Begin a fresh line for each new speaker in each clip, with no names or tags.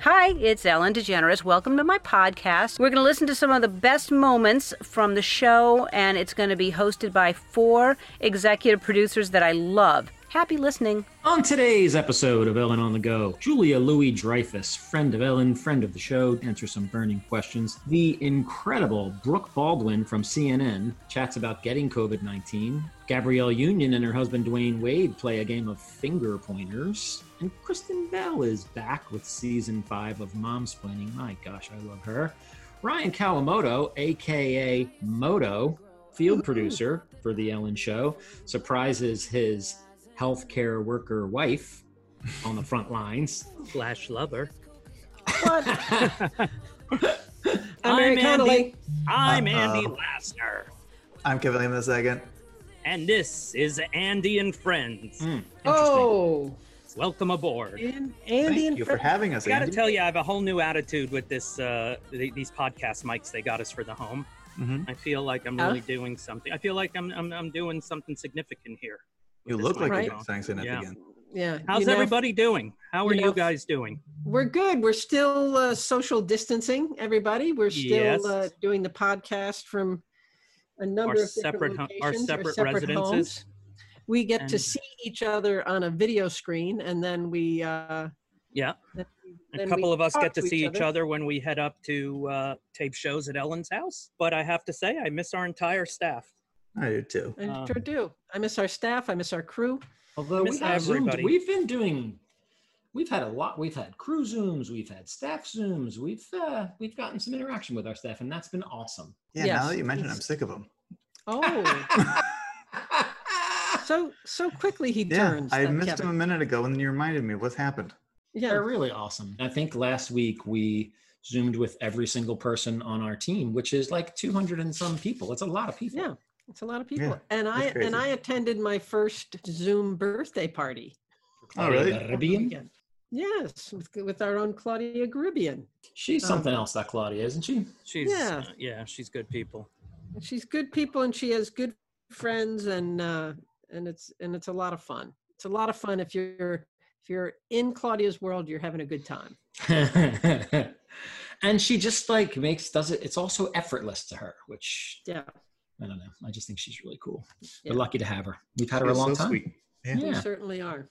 Hi, it's Ellen DeGeneres. Welcome to my podcast. We're going to listen to some of the best moments from the show, and it's going to be hosted by four executive producers that I love. Happy listening.
On today's episode of Ellen on the Go, Julia Louis Dreyfus, friend of Ellen, friend of the show, answers some burning questions. The incredible Brooke Baldwin from CNN chats about getting COVID 19. Gabrielle Union and her husband Dwayne Wade play a game of finger pointers. And Kristen Bell is back with season five of Mom's Planning. My gosh, I love her. Ryan Calamoto, aka Moto, field producer for The Ellen Show, surprises his healthcare worker wife on the front lines.
Flash lover.
I'm Mary Connolly.
I'm
Uh-oh.
Andy Lasner,
I'm Kevin Lehman II.
and this is Andy and Friends.
Hmm, interesting.
Oh,
Welcome aboard.
and
Thank
Andy and
you for
Fred.
having us,
I gotta
Andy.
tell you, I have a whole new attitude with this uh, th- these podcast mics they got us for the home.
Mhm.
I feel like I'm really doing something. I feel like I'm I'm, I'm doing something significant here.
You
This
look like
Right.
you're doing something significant.
yeah.
How's
you know,
everybody doing? How are
you
you,
know-
guys doing?
We're good. We're still uh, social distancing, everybody. We're still
Yes.
uh, doing the podcast from a
Our
number of different
separate ho-
locations,
our separate,
homes.
residences.
We get to
And-
see each other on a video screen, and then we uh,
Yeah.
then we-
A
then
couple
we
of us
talk
get to
to each
see each
other.
other when we head up to uh, tape shows at Ellen's house. But I have to say, I miss our entire staff.
I do too.
I
Um,
sure do. I miss our staff. I miss our crew.
Although we
Miss
have Zoomed,
everybody.
we've been doing, we've had a lot. We've had crew Zooms, we've had staff Zooms, we've uh, we've gotten some interaction with our staff, and that's been awesome.
Yeah, now
Yes.
that you mention it, I'm sick of them.
Oh, so so quickly he
Yeah,
turns.
I
uh,
missed
Kevin.
him a minute ago and then you reminded me what's happened.
They're
Yeah,
really awesome. I think last week we zoomed with every single person on our team, which is like 200 and some people. It's a lot of people.
yeah. It's a lot of people.
Yeah,
and I
crazy.
and I attended my first Zoom birthday party.
Oh, really?
Claudia
over the
Caribbean.
weekend. Yes, with, with our own Claudia Caribbean.
She's
Um,
something else, that Claudia, isn't she?
She's
Yeah.
yeah, yeah she's good people.
She's good people and she has good friends and uh, and it's and it's a lot of fun. It's a lot of fun if you're if you're in Claudia's world, you're having a good time.
and she just like makes does it. It's also effortless to her, which
Yeah.
I don't know. I just think she's really cool.
Yeah.
We're lucky to have her. We've had her a
You're
long
so
time.
sweet. Yeah.
You
Yeah.
certainly are.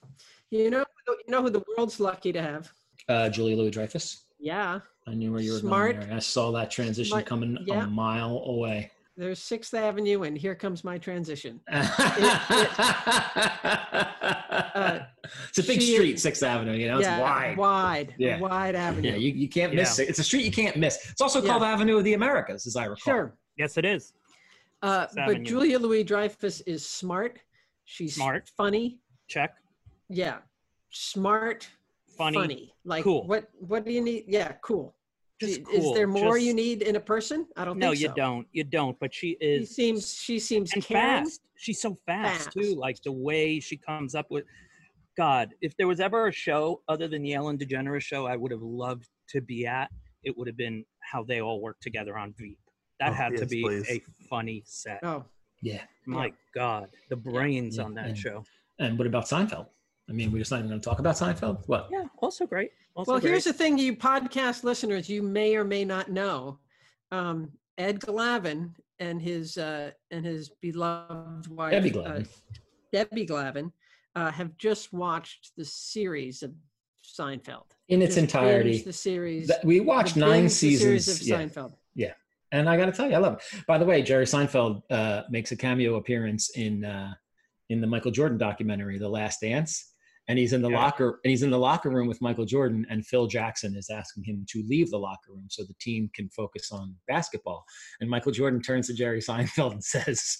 You know you know who the world's lucky to have.
Uh, Julie Louis Dreyfus.
Yeah.
I knew where you were
Smart.
going there. I saw that transition
Smart.
coming
Yeah.
a mile away.
There's Sixth Avenue and here comes my transition.
it's a big
Uh, she-
street, Sixth Avenue. You know, it's wide.
Wide.
Yeah.
Wide avenue.
Yeah, you, you can't miss it. It's a street you can't miss. It's also
Yeah.
called Avenue of the Americas, as I recall.
sure.
Yes, it is.
Uh,
Sixth
but
Avenue.
Julia Louis Dreyfus is smart. She's
Smart.
funny.
Check.
Yeah, smart, funny.
Funny.
Like
Cool.
what? What do you need? Yeah, cool.
Just
I-
cool.
Is there more you
Just-
need in a person? I don't
No,
think so.
you don't. You don't. But she
She
is
seems. She seems
and
caring.
fast. She's so fast, too.
Fast.
Like the way she comes up with. God, if there was ever a show other than the Ellen DeGeneres show, I would have loved to be at. It would have been how they all work together on Veep. That
Oh,
had to
yes,
be
please.
a funny set.
Oh,
Yeah.
My God, the brains
Yeah,
on that
and-
show.
And what about Seinfeld? I mean, we're just not even going to talk about Seinfeld. What?
Yeah, also great. Also
well,
great.
here's the thing, you podcast listeners, you may or may not know, um, Ed Glavin and his uh, and his beloved wife
Debbie
uh,
Glavin.
Debbie Glavin uh, have just watched the series of Seinfeld.
in its
Just binged
entirety.
The series.
That- we watched
the
nine
binged the
seasons.
Series of
yeah.
Seinfeld.
And I got to tell you, I love it. By the way, Jerry Seinfeld uh, makes a cameo appearance in uh, in the Michael Jordan documentary, The Last Dance, and he's in the
Yeah.
locker and he's in the locker room with Michael Jordan, and Phil Jackson is asking him to leave the locker room so the team can focus on basketball. And Michael Jordan turns to Jerry Seinfeld and says,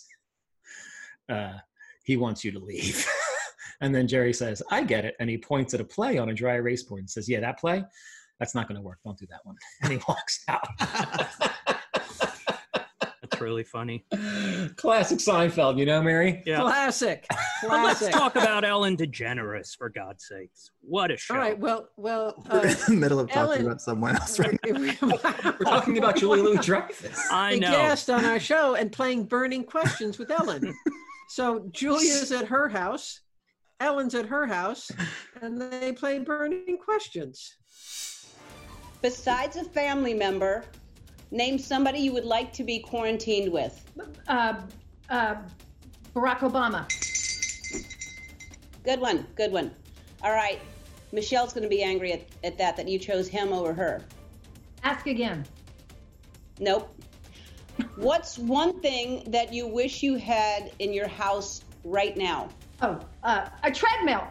uh, "He wants you to leave." and then Jerry says, "I get it," and he points at a play on a dry erase board and says, "Yeah, that play." That's not going to work. Don't do that one. And he walks out.
That's really funny.
Classic Seinfeld, you know, Mary?
Yeah.
Classic.
But let's
Classic.
talk about Ellen DeGeneres, for God's sakes. What a show.
All right. Well, well,
We're
uh,
in the middle of talking
Ellen-
about someone else right
We're talking about Julie Louis Dreyfus.
I
the
know.
guest on our show and playing burning questions with Ellen. so Julia's at her house, Ellen's at her house, and they play burning questions.
Besides a family member, name somebody you would like to be quarantined with.
Uh, uh, Barack Obama.
Good one, good one. All right, Michelle's going to be angry at, at that, that you chose him over her.
Ask again.
Nope. What's one thing that you wish you had in your house right now?
Oh, uh, a treadmill.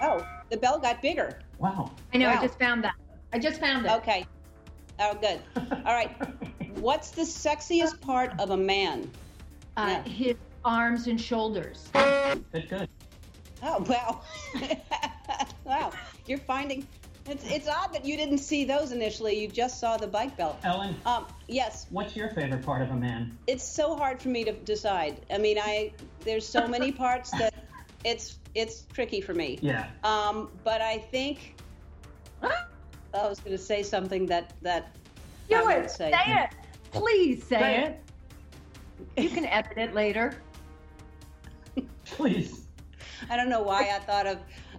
Oh, the bell got bigger.
Wow.
I know.
Wow.
I just found that. I just found it.
Okay. Oh, good. All right. What's the sexiest part of a man?
Uh,
Yeah.
His arms and shoulders.
Good, good.
Oh, wow. wow. You're finding it's, it's odd that you didn't see those initially. You just saw the bike belt.
Ellen,
Um, yes,
what's your favorite part of a man?
it's so hard for me to decide. I mean, I there's so many parts that it's it's tricky for me.
Yeah.
Um, but I think I was going to say something that that I
Do
would
it. Say
say.
it. Please say
Say
it. You can edit it later.
Please.
I don't know why I thought of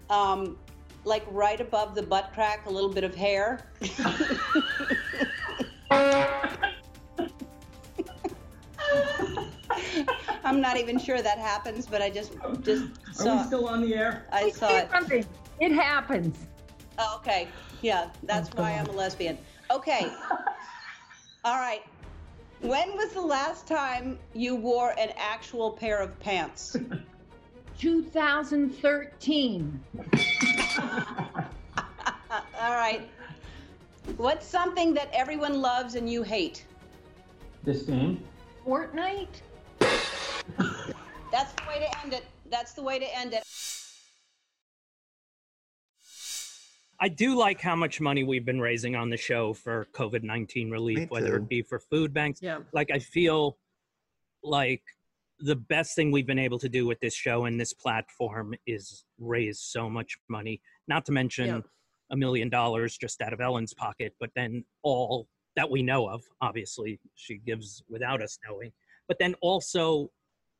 um, like right above the butt crack, a little bit of hair. I'm not even sure that happens, but I just just saw it.
on the air?
I
We
saw
see
it.
something. It happens.
Oh, okay, yeah, that's why I'm a lesbian. Okay, all right. When was the last time you wore an actual pair of pants?
2013.
Uh, All right. What's something that everyone loves and you hate?
This game?
Fortnite.
That's the way to end it. That's the way to end it.
I do like how much money we've been raising on the show for COVID 19
Me
relief, whether
too.
it be for food banks.
Yeah.
Like, I feel like the best thing we've been able to do with this show and this platform is raise so much money, not to
Yeah.
mention a million dollars just out of Ellen's pocket, but then all that we know of. Obviously, she gives without us knowing. But then also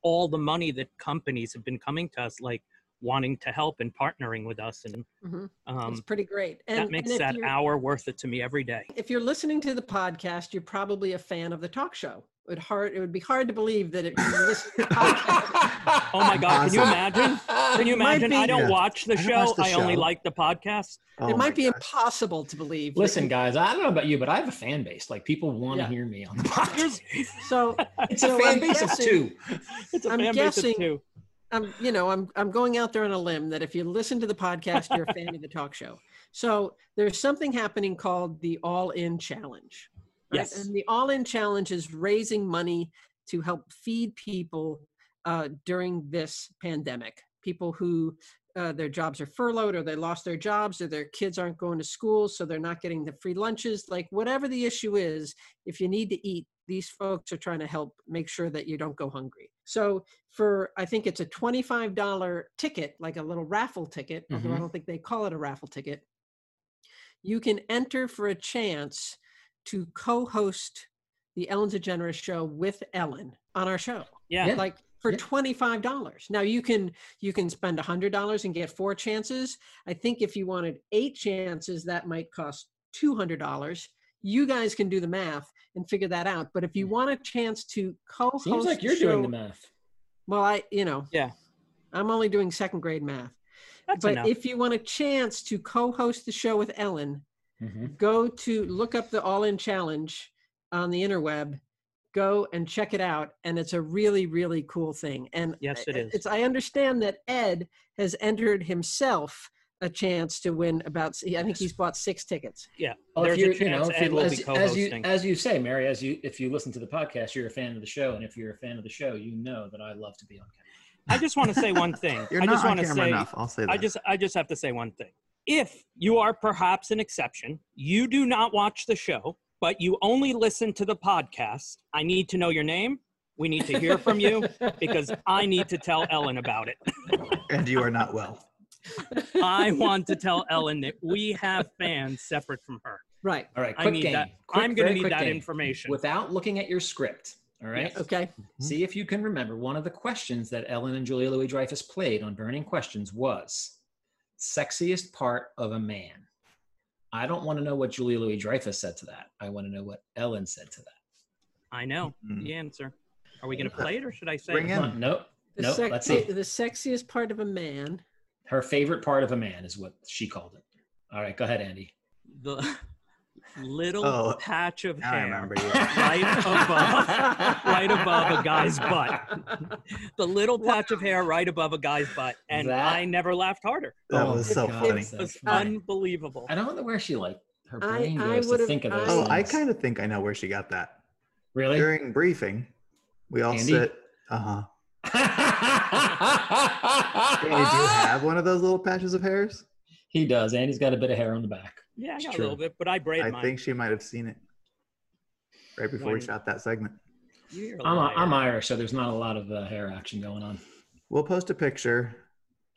all the money that companies have been coming to us, like wanting to help and partnering with us. And
Mhm.
um,
it's pretty great. And,
that makes
and if
that
you're-
hour worth it to me every day.
if you're listening to the podcast, you're probably a fan of the talk show. It would hard it would be hard to believe that it you listen to the podcast.
oh
Oh my God, can you
Awesome.
imagine? Can you
It might
imagine?
be-
I don't
Yeah.
watch the
I don't
show,
watch the
I only
show.
like the podcast.
it
Oh my
might be
God.
impossible to believe. that
Listen,
you-
guys, I don't know about you, but I have a fan base. Like people want to
Yeah.
hear me on the podcast.
Here's-
so
It's a
so
fan
I'm
base of
guessing-
two.
It's a
I'm
fan base
guessing-
of two.
I'm, um, you know, I'm I'm going out there on a limb that if you listen to the podcast, you're a fan of the talk show. So there's something happening called the All In Challenge.
Yes.
And the All In Challenge is raising money to help feed people uh, during this pandemic. People who uh, their jobs are furloughed, or they lost their jobs, or their kids aren't going to school, so they're not getting the free lunches. Like whatever the issue is, if you need to eat, these folks are trying to help make sure that you don't go hungry. So for I think it's a $25 ticket, like a little raffle ticket, although I
Mhm.
don't think they call it a raffle ticket. You can enter for a chance to co-host the Ellen DeGeneres show with Ellen on our show.
Yeah.
Yeah.
Like for
Yeah.
$25. Now you can you can spend $100 and get four chances. I think if you wanted eight chances that might cost $200. You guys can do the math and figure that out. But if you want a chance to co-host
Seems like
the
you're doing
show-
the math.
well, I, you know,
Yeah.
I'm only doing second grade math.
That's
but
enough.
if you want a chance to co-host the show with Ellen,
Mhm.
go to look up the All In Challenge on the interweb. Go and check it out, and it's a really, really cool thing. And
Yes, it
I-
is.
It's. I understand that Ed has entered himself a chance to win about. I think he's bought six tickets.
yeah.
Oh,
There's
if you're,
a
you know,
chance
if
Ed
you,
will be
as, as you
co-hosting.
as you say, Mary, as you if you listen to the podcast, you're a fan of the show, and if you're a fan of the show, you know that I love to be on camera.
I just want to say one thing.
You're
I
not
just
on
want to
camera
say
enough. I'll say that.
I just I just have to say one thing. If you are perhaps an exception, you do not watch the show, but you only listen to the podcast, I need to know your name. We need to hear from you because I need to tell Ellen about it.
and you are not well.
I want to tell Ellen that we have fans separate from her.
Right.
All right,
I
quick
need
game.
that-
Quick-
I'm going to
very
need
quick
that
game.
information.
without looking at your script. All right.
Okay.
Hmm?
See if you can remember one of the questions that Ellen and Julia Louis Dreyfus played on Burning Questions was sexiest part of a man. I don't want to know what Julia Louis Dreyfus said to that. I want to know what Ellen said to that.
I know
Mhm.
the answer. Are we going to play it or should I say?
Bring
it?
it.
Come on, nope.
The,
Nope,
sex-
let's see.
the sexiest part of a man.
Her favorite part of a man is what she called it. All right, go ahead, Andy.
The little
Oh,
patch of
Now I
hair
remember you.
right above, right above a guy's butt. The little patch of hair right above a guy's butt, and
That-
I never laughed harder.
That
Oh,
was
my
so
God,
funny.
so
It was
funny.
unbelievable.
I don't know where she like her
I-
brain
I
goes to
would've-
think of those.
Oh, I
things.
kind of think I know where she got that.
really.
During briefing, we all
Andy?
sit. Uh huh. Andy, do you have one of those little patches of hairs?
he does. Andy's got a bit of hair on the back.
yeah, I
It's
got a
true.
little bit, but I braid
I
mine.
think she might have seen it right before we
When-
shot that segment.
You're a
I'm,
liar.
I'm Irish, so there's not a lot of uh, hair action going on
We'll post a picture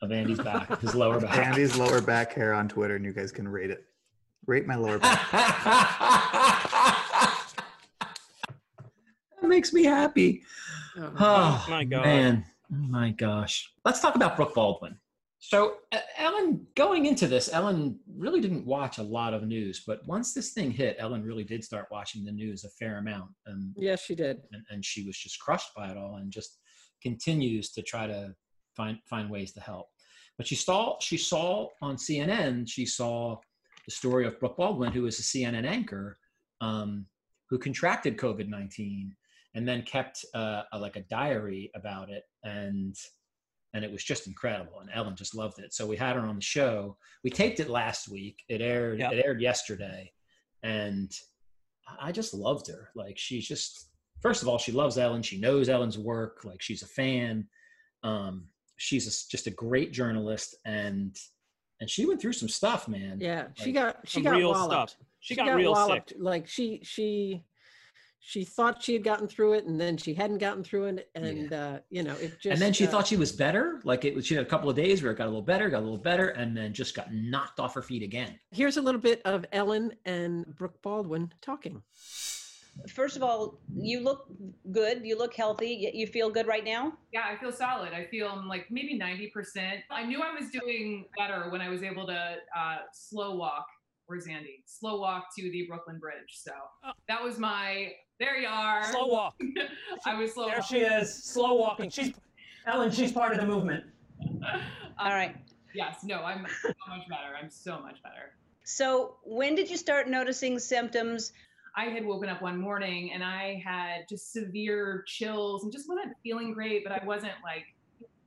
of Andy's back, his lower
of
back.
Andy's lower back hair on Twitter, and you guys can rate it. Rate my lower back.
that makes me happy.
Oh.
Oh,
my God.
Man, oh my gosh. Let's talk about Brooke Baldwin. So, uh, Ellen, going into this, Ellen really didn't watch a lot of news, but once this thing hit, Ellen really did start watching the news a fair amount. Um,
yes, she did.
and, and she was just crushed by it all and just continues to try to find find ways to help but she saw she saw on cnn she saw the story of brooke baldwin who is a cnn anchor um, who contracted covid-19 and then kept uh, a, like a diary about it and and it was just incredible and ellen just loved it so we had her on the show we taped it last week it aired
Yeah.
it aired yesterday and I- i just loved her like she's just first of all she loves ellen she knows ellen's work like she's a fan um, she's a s just a great journalist and and she went through some stuff man
Yeah, she
Like,
got she
some
got
real
walloped.
stuff. She, got, real
walloped.
sick.
Like she she she thought she had gotten through it, and then she hadn't gotten through it, and uh, you know it just.
and then she
uh,
thought she was better like it was she had a couple of days where it got a little better got a little better and then just got knocked off her feet again
Here's a little bit of Ellen and Brooke Baldwin talking.
First of all, you look good. You look healthy. y- You feel good right now?
Yeah, I feel solid. I feel I'm like maybe 90%. I knew I was doing better when I was able to uh, slow walk, where's Andy? Slow walk to the Brooklyn Bridge. So that was my, there you are.
Slow walk.
I was slow
There
walking.
she is, slow walking. She's Ellen. She's part of the movement.
All right.
Um, Yes, no, I'm so much better. I'm so much better.
So, when did you start noticing symptoms?
I had woken up one morning and I had just severe chills and just wasn't feeling great, but I wasn't like,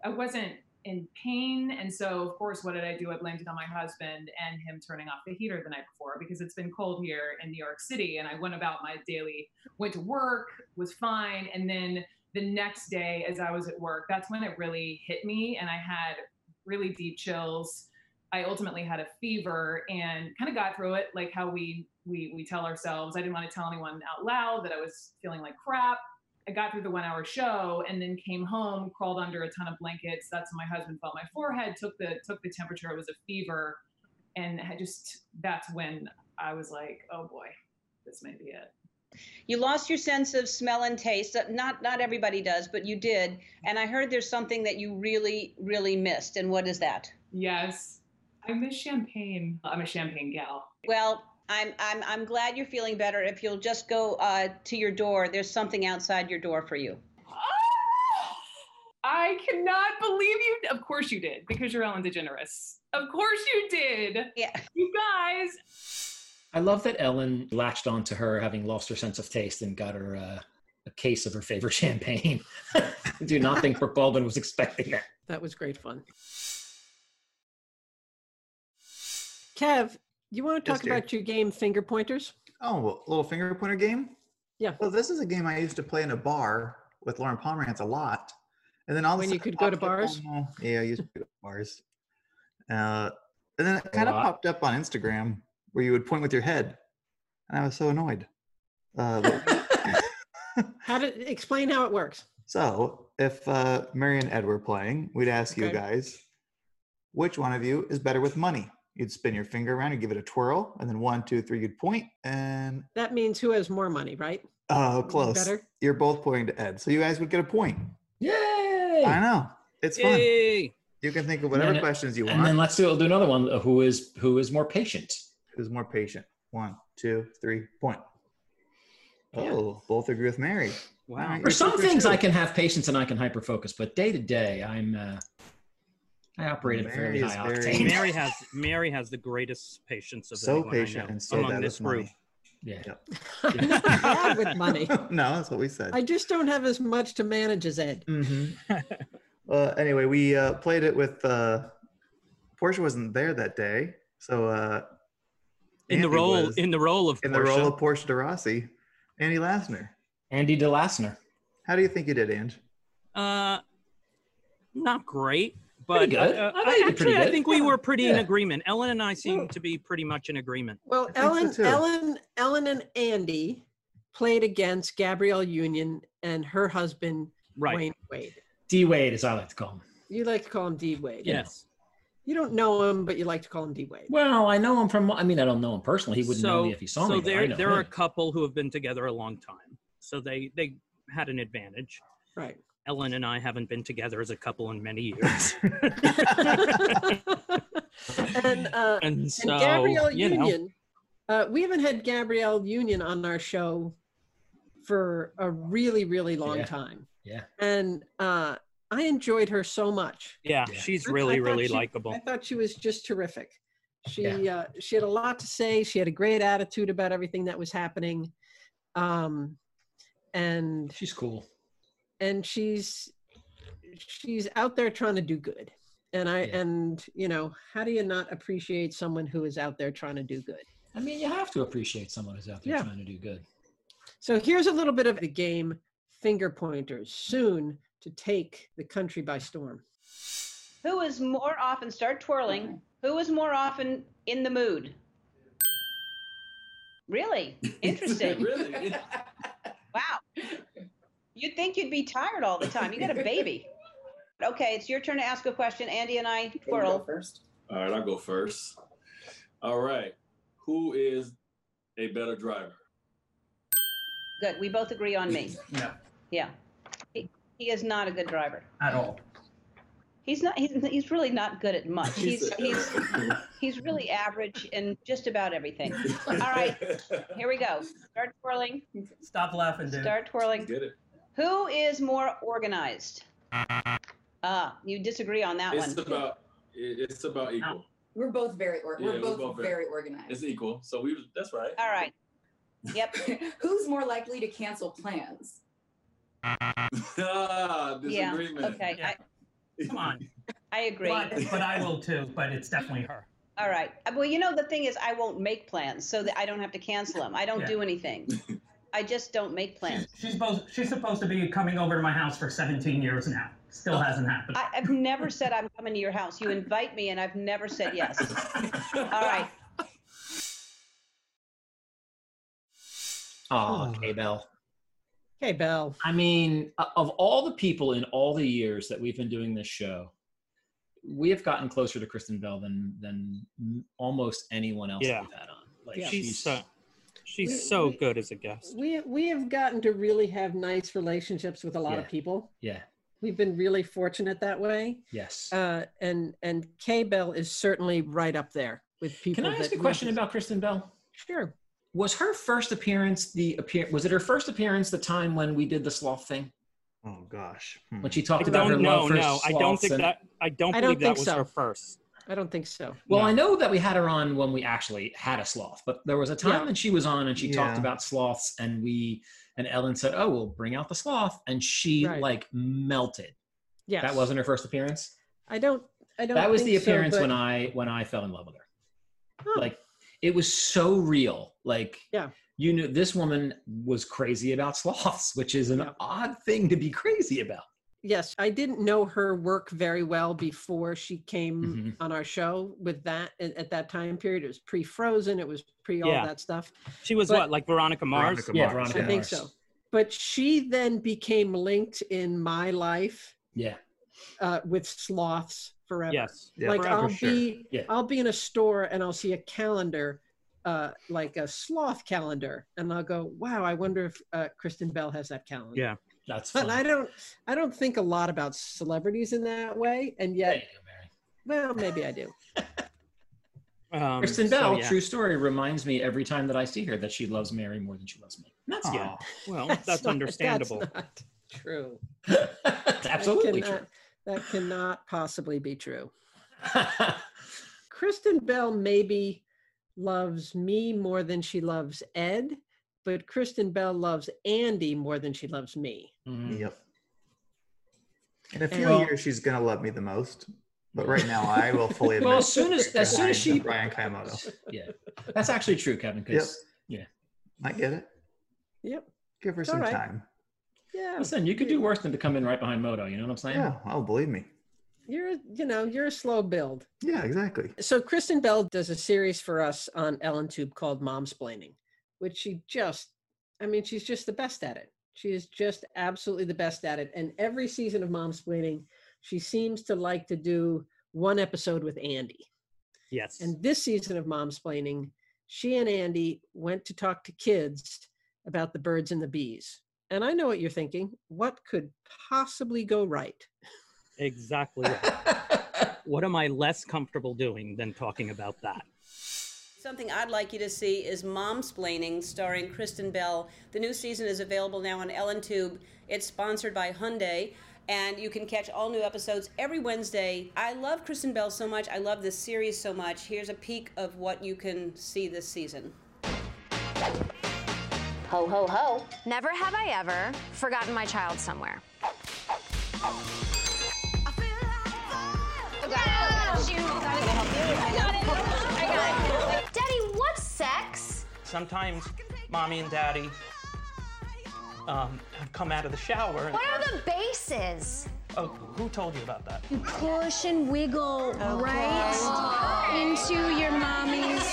I wasn't in pain. And so, of course, what did I do? I blamed it on my husband and him turning off the heater the night before because it's been cold here in New York City. And I went about my daily, went to work, was fine. And then the next day, as I was at work, that's when it really hit me. And I had really deep chills. I ultimately had a fever and kind of got through it, like how we we we tell ourselves. I didn't want to tell anyone out loud that I was feeling like crap. I got through the one hour show and then came home, crawled under a ton of blankets. That's when my husband felt my forehead, took the took the temperature. It was a fever, and I just that's when I was like, oh boy, this may be it.
You lost your sense of smell and taste. Uh, Not not everybody does, but you did. And I heard there's something that you really really missed. And what is that?
Yes, I miss champagne. I'm a champagne gal.
Well, I'm I'm I'm glad you're feeling better. If you'll just go uh, to your door, there's something outside your door for you.
I cannot believe you. Of course you did, because you're Ellen DeGeneres. Of course you did.
Yeah.
You guys,
i love that ellen latched on to her having lost her sense of taste and got her uh, a case of her favorite champagne I do not think brooke baldwin was expecting that
That was great fun. Kev, you want to talk
Yes, dear.
about your game finger pointers?
Oh, well, little finger pointer game?
Yeah.
Well, this is a game I used to play in a bar with Lauren Pomerantz a lot. And then all of a
When you
sudden
could go to
popped up
bars?
on- uh, yeah, I used to go to bars. Uh, and then it kind of
lot.
popped up on Instagram where you would point with your head. And I was so annoyed. Uh, but-
How to explain how it works?
so if uh, Mary and Ed were playing, we'd ask you
Okay.
guys, which one of you is better with money? You'd spin your finger around and give it a twirl. And then one, two, three, you'd point and
That means who has more money, right?
Oh, close.
Better.
You're both pointing to Ed. So you guys would get a point.
yay
I know. It's fun.
Yay!
You can think of whatever
then-
questions you
And then
want.
let's do, we'll do another one. uh, Who is who is more patient?
Who's more patient? One, two, three, point.
Yeah.
Oh, both agree with Mary. All
Wow.
right,
For
you're
some
super
things, I
true.
can have patience and I can hyper focus, but day to day, I'm uh, I operate at a
Mary
fairly
is
high
very-
octane.
Mary has Mary has the greatest patience of
So
anyone I
patient
know
and so
among
bad
this
with
group.
money.
Yeah.
I'm not bad with money.
no, that's what we said.
I just don't have as much to manage as Ed.
hmm well, anyway, we uh, played it with uh, Portia wasn't there that day, so uh,
In the
Andy
role
was
in the role of
in the
Portia.
role of Portia de Rossi, Andy Lasner.
Andy DeLassner.
How do you think you did, Ange?
Uh, not great, but
Pretty good.
uh,
I thought you did
actually,
pretty
I
good.
think we were pretty in
Yeah. Hmm.
agreement. Ellen and I seem
Yeah.
to be pretty much in agreement.
Well,
think so,
Ellen,
too.
Ellen, Ellen, and Andy played against Gabrielle Union and her husband
Right.
Wayne Wade.
D Wade, as I like to call him.
You like to call him D Wade.
Yes.
You don't know him, but you like to call him D Wade.
Well, I know him from. I mean, I don't know him personally. He wouldn't know me if he saw
so
me. but I
there,
know
there are a
him.
couple who have been together a long time, so they they had an advantage.
Right.
Ellen and I haven't been together as a couple in many years,
and uh,
and
and
so
Gabrielle
you know,
Union. Uh, we haven't had Gabrielle Union on our show for a really, really long
Yeah.
time.
Yeah.
And uh, I enjoyed her so much.
yeah,
Yeah.
she's
I- I
really
thought
really
she- I
likable.
thought she was just terrific. She uh, she had a lot to say. She had a great attitude about everything that was happening, um, and
She's cool.
and she's she's out there trying to do good. And I
Yeah.
and you know how do you not appreciate someone who is out there trying to do good?
I mean, you have to appreciate someone who's out there
Yeah.
trying to do good.
So here's a little bit of the game finger pointers soon to take the country by storm.
Who is more often start twirling? Who is more often in the mood? Really interesting.
really?
wow. You'd think you'd be tired all the time. You got a baby. Okay, it's your turn to ask a question. Andy and I twirl.
first. All right, I'll go first. All right. Who is a better driver?
Good. We both agree on me.
No,
Yeah. He, he is not a good driver.
at all.
He's not. He's, he's really not good at much. He's he's
all
he's really average in just about everything. All right. Here we go. Start twirling.
Stop laughing, dude.
Start twirling.
Get it.
Who is more organized? Ah, you disagree on that
It's
one.
about it- it's about equal.
We're both very, or-
Yeah,
we're both, very,
It's
organized.
equal. So we was- that's right.
All right. Yep.
Who's more likely to cancel plans?
ah,
Yeah.
disagreement.
Okay.
Yeah. Come on.
I, I agree.
But, but I will too, but it's definitely her.
All right. Uh, Well, you know, the thing is, I won't make plans so that I don't have to cancel them. I don't
Yeah.
do anything. I just don't make plans.
She's, she's, supposed, she's supposed to be coming over to my house for 17 years now.
Oh.
Still hasn't happened.
I, I've never said I'm coming to your house. You invite me, and I've never said yes. All right.
Oh,
Oh.
K Bell.
Okay, Belle.
I mean, o- of all the people in all the years that we've been doing this show, we have gotten closer to Kristen Bell than than almost anyone else
Yeah.
that we've had on. Like
Yeah.
she's
She's so she's
We-
so
we-
good as a guest.
We we have gotten to really have nice relationships with a lot
Yeah.
of people.
yeah,
We've been really fortunate that way.
yes.
Uh, and and K Bell is certainly right up there with people.
Can I ask a
that we
question
just-
about Kristen Bell?
Sure.
Was her first appearance the appear? Was it her first appearance the time when we did the sloth thing
Oh gosh. Hmm.
when she talked
I
about her
don't know.
love for
No, I don't
sloths
think
and-
that. I don't
I
believe
don't
that
think
was
so.
her first.
I don't think so.
Well,
No.
I know that we had her on when we actually had a sloth, but there was a time
Yeah.
when she was on and she talked
Yeah.
about sloths, and we and Ellen said, "Oh, we'll bring out the sloth," and she
Right.
like melted.
Yes.
That wasn't her first appearance.
I don't. I don't.
That was the
think so,
appearance
but- Oh,
when I when I fell in love with her.
Huh.
Like it was so real. Like
Yeah.
you knew this woman was crazy about sloths, which is an
Yeah.
odd thing to be crazy about.
Yes, I didn't know her work very well before she came
Mhm.
on our show with that at, at that time period. It was pre Frozen, it was pre all
Yeah.
that stuff.
She was
But-
what like Veronica Mars.
Veronica
Yeah,
Mars,
Veronica
I think
Mars.
so. But she then became linked in my life
Yeah,
uh, with sloths forever.
Yes.
Yeah,
like
for
I'll
sure.
be
Yeah.
I'll be in a store and I'll see a calendar, uh, like a sloth calendar, and I'll go, "Wow, I wonder if uh, Kristen Bell has that calendar."
Yeah.
that's fun.
But I don't I don't think a lot about celebrities in that way, and
There
yet
you go, Mary.
Well, maybe I do.
Um,
Kristen
so,
Bell,
yeah.
true story, reminds me every time that I see her that she loves Mary more than she loves me. That's good.
Yeah. Well,
That's
that's,
not- that's
understandable.
not true.
That's absolutely
that
true.
cannot, That cannot possibly be true. Kristen Bell maybe loves me more than she loves Ed, but Kristen Bell loves Andy more than she loves me.
Mm-hmm.
Mhm.
Yep. In a few
Well-
years, she's gonna love me the most. But right now, I will fully admit.
Well, as soon as as soon as she
Brian Kaimoto,
yeah, that's actually true, Kevin. Because
I get it.
Yep.
Give her
It's
some
all right.
time.
Yeah.
listen, you could do worse than to come in right behind Moto. You know what I'm saying?
Yeah. Oh, believe me.
You're, a- you know, you're a slow build.
Yeah, exactly.
So Kristen Bell does a series for us on Ellen Tube called Mom's Planning, which she just I mean, she's just the best at it. She is just absolutely the best at it. And every season of Mom's Planning, she seems to like to do one episode with Andy.
Yes.
And this season of Mom's Planning, she and Andy went to talk to kids about the birds and the bees. And I know what you're thinking. What could possibly go right?
Exactly. right. what am I less comfortable doing than talking about that?
Something I'd like you to see is Momsplaining, starring Kristen Bell. The new season is available now on Ellen Tube. It's sponsored by Hyundai, and you can catch all new episodes every Wednesday. I love Kristen Bell so much. I love this series so much. Here's a peek of what you can see this season.
Ho, ho, ho. Never have I ever forgotten my child somewhere. Daddy, what's sex?
Sometimes mommy and daddy um, have come out of the shower. And,
What are the bases?
oh, who told you about that?
You push and wiggle right into your mommy's.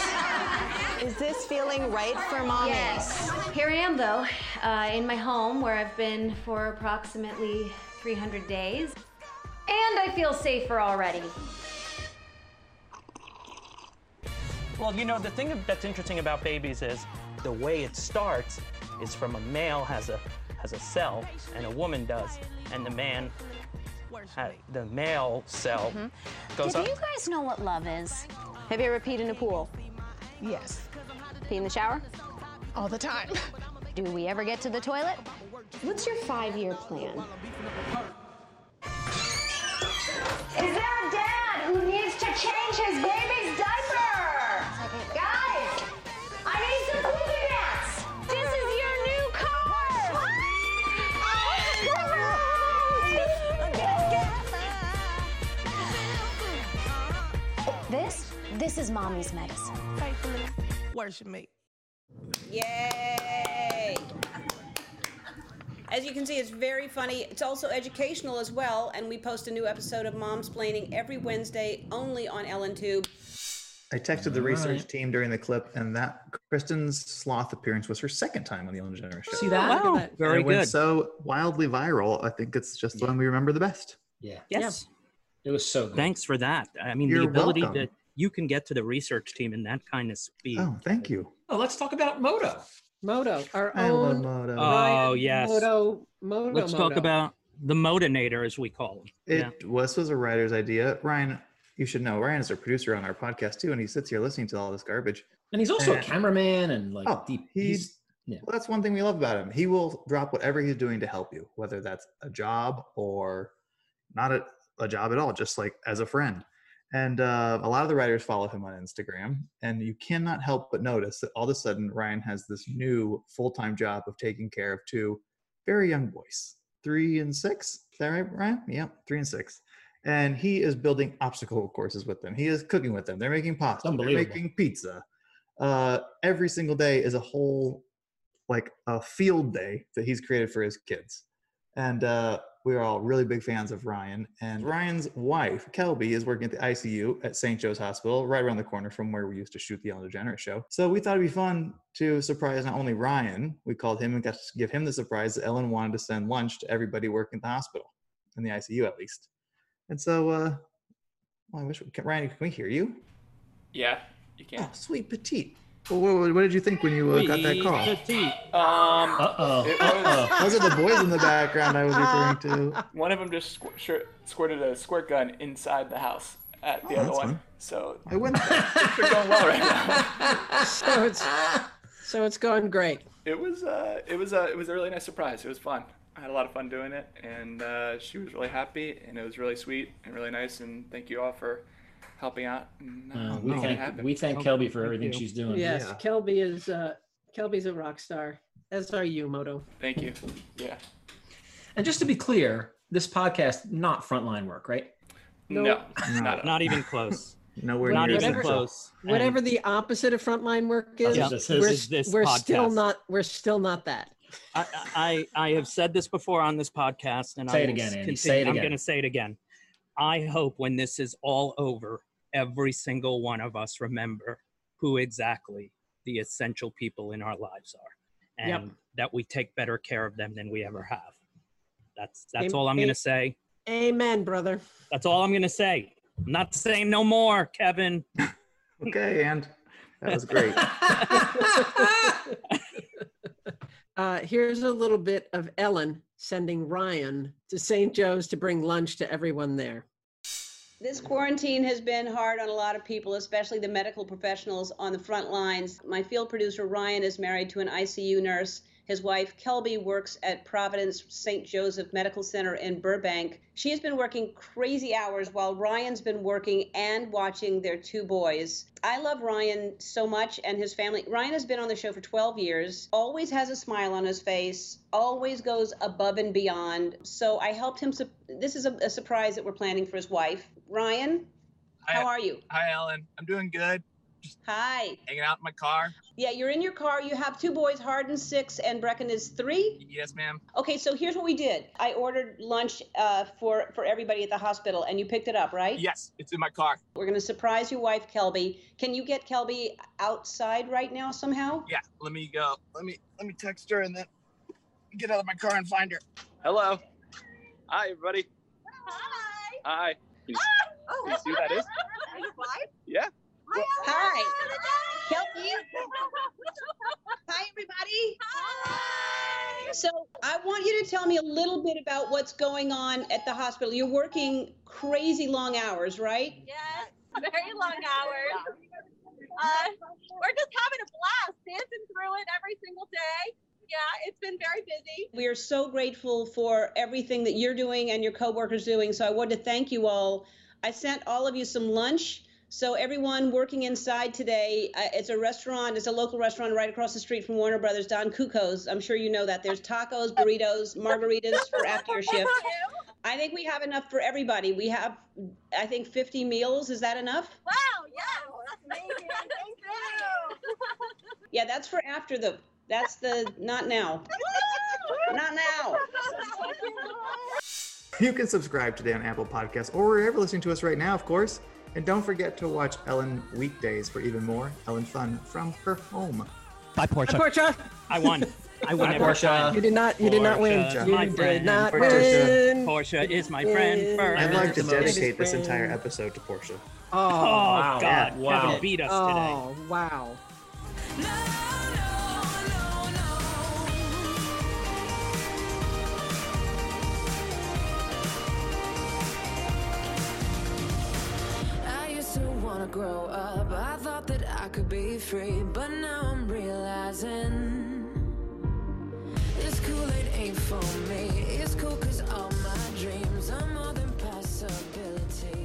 Is this feeling right for mommy?
Yes. Here I am, though, uh, in my home where I've been for approximately 300 days. And I feel safer already.
Well, you know, the thing that's interesting about babies is the way it starts is from a male has a has a cell and a woman does, and the man ha- the male cell goes
Mm-hmm.
Do
up.
you guys know what love is? Have you ever peed in a pool? Yes. Pee in the shower? All the time. Do we ever get to the toilet? What's your five-year plan?
Is there a dad who needs to change his baby's diaper? Guys, I need some poopy mats. This is your new car.
This this is mommy's medicine.
Worship me. Yay! As you can see, it's very funny. It's also educational as well, and we post a new episode of Mom's Planning every Wednesday only on Ellen Tube.
I texted the research team during the clip, and that Kristen's sloth appearance was her second time on the Ellen DeGeneres show.
See that?
Wow.
And
Very
it went
good.
so wildly viral. I think it's just the one we remember the best.
Yeah.
yes.
It was so good.
Thanks for that. I mean,
You're
the ability
welcome.
that you can get to the research team in that kind of speed.
Oh, thank you.
Oh, let's talk about Moto.
Moto, our
I love
own
Moto.
Oh,
Ryan
yes.
Moto, Moto,
Let's talk
Moto.
about the Modinator, as we call him.
It was was a writer's idea. Ryan, you should know. Ryan is a producer on our podcast too, and he sits here listening to all this garbage.
And he's also
Yeah.
a cameraman and like
Oh,
deep.
he-
He's
Well, that's one thing we love about him. He will drop whatever he's doing to help you, whether that's a job or not a, a job at all, just like as a friend. And uh, a lot of the writers follow him on Instagram, and you cannot help but notice that all of a sudden Ryan has this new full time job of taking care of two very young boys, three and six. Is that right, Ryan? Yeah, three and six. And he is building obstacle courses with them. He is cooking with them. They're making pasta. They're
unbelievable.
making pizza. Uh, every single day is a whole like a field day that he's created for his kids. And uh, we are all really big fans of Ryan. And Ryan's wife, Kelby, is working at the ICU at St. Joe's Hospital, right around the corner from where we used to shoot the Ellen DeGeneres show. So we thought it'd be fun to surprise not only Ryan, we called him and got to give him the surprise that Ellen wanted to send lunch to everybody working at the hospital, in the ICU at least. And so, uh, well, I wish, Ryan, can we hear you?
Yeah, you
Oh,
can.
sweet petite. Well, what, what did you think when you uh, got that call?
Um,
Uh-oh.
it was,
Those are the boys in the background I was referring to.
one of them just squ- shir- squirted a squirt gun inside the house at the
Oh,
other
that's
one.
fine.
So
I went.
things are going well right now.
so it's so it's going great.
It was uh, it was uh, it was a really nice surprise. It was fun. I had a lot of fun doing it, and uh, she was really happy, and it was really sweet and really nice. And thank you all for helping out. And, uh,
Uh, we
making it
thank-
happen.
we thank Kelby for everything she's
Oh,
doing.
Yes,
Yeah.
Kelby is uh, Kelby's a rock star. As are you, Moto.
Thank you. Yeah.
And just to be clear, this podcast not frontline work, right?
No, No. not at all.
Not even close.
Nowhere
Not
near
even
essential.
close.
Whatever the opposite of frontline work is,
Yeah, this
we're,
is this
we're still
podcast.
not we're still not that.
I, I I have said this before on this podcast, and
Say
I
it
will
again,
s-
Andy.
continue-
Say it
I'm
again.
going to say it again. I hope when this is all over, every single one of us remember who exactly the essential people in our lives are,
Yep.
and that we take better care of them than we ever have. That's that's
Am-
all I'm going
am-
to say.
Amen, brother.
That's all I'm going to say. I'm not saying no more, Kevin.
okay, and that was great.
Uh, here's a little bit of Ellen sending Ryan to St. Joe's to bring lunch to everyone there.
This quarantine has been hard on a lot of people, especially the medical professionals on the front lines. My field producer, Ryan, is married to an ICU nurse. His wife, Kelby, works at Providence St. Joseph Medical Center in Burbank. She has been working crazy hours while Ryan's been working and watching their two boys. I love Ryan so much and his family. Ryan has been on the show for 12 years, always has a smile on his face, always goes above and beyond. So I helped him. Su- this is a, a surprise that we're planning for his wife. Ryan, how are you?
Hi, Ellen. I'm doing good.
Hi.
Hanging out in my car.
Yeah, you're in your car. You have two boys, Harden six and Brecken is three.
Yes, ma'am.
Okay, so here's what we did. I ordered lunch uh, for for everybody at the hospital, and you picked it up, right?
Yes, it's in my car.
We're gonna surprise your wife, Kelby. Can you get Kelby outside right now somehow?
Yeah. Let me go. Let me let me text her and then get out of my car and find her. Hello. Hi, everybody. Hi. Hi. Can you,
Oh.
can you see who that is?
Are you live?
Yeah.
Hi. Kelby. Hi, everybody. Hi. So I want you to tell me a little bit about what's going on at the hospital. You're working crazy long hours, right?
Yes, very long hours. Uh, we're just having a blast, dancing through it every single day. Yeah, it's been very busy.
We are so grateful for everything that you're doing and your coworkers doing. So I wanted to thank you all. I sent all of you some lunch. So everyone working inside today, uh, it's a restaurant, it's a local restaurant right across the street from Warner Brothers, Don Cuco's. I'm sure you know that. There's tacos, burritos, margaritas for after your shift. I think we have enough for everybody. We have, I think, 50 meals. Is that enough?
Wow, yeah, that's amazing. Thank you.
Yeah, that's for after the. That's the not now. Not now.
You can subscribe today on Apple Podcasts or wherever you're listening to us right now, of course. And don't forget to watch Ellen weekdays for even more Ellen fun from her home.
Bye, Portia.
Portia.
I won. I won
Hi,
every
Portia.
uh,
time.
You did not- you did not win.
Portia is
You
my
did
friend.
not
Portia.
win.
Portia is my friend. First.
I'd like to
The most-
dedicate this entire episode to Portia.
Oh,
wow. God,
Yeah.
Kevin beat us
oh, wow.
I used to wanna grow up. I thought that I could be free, but now I'm realizing this Kool-Aid ain't for me. It's cool 'cause all my dreams are more than possibility.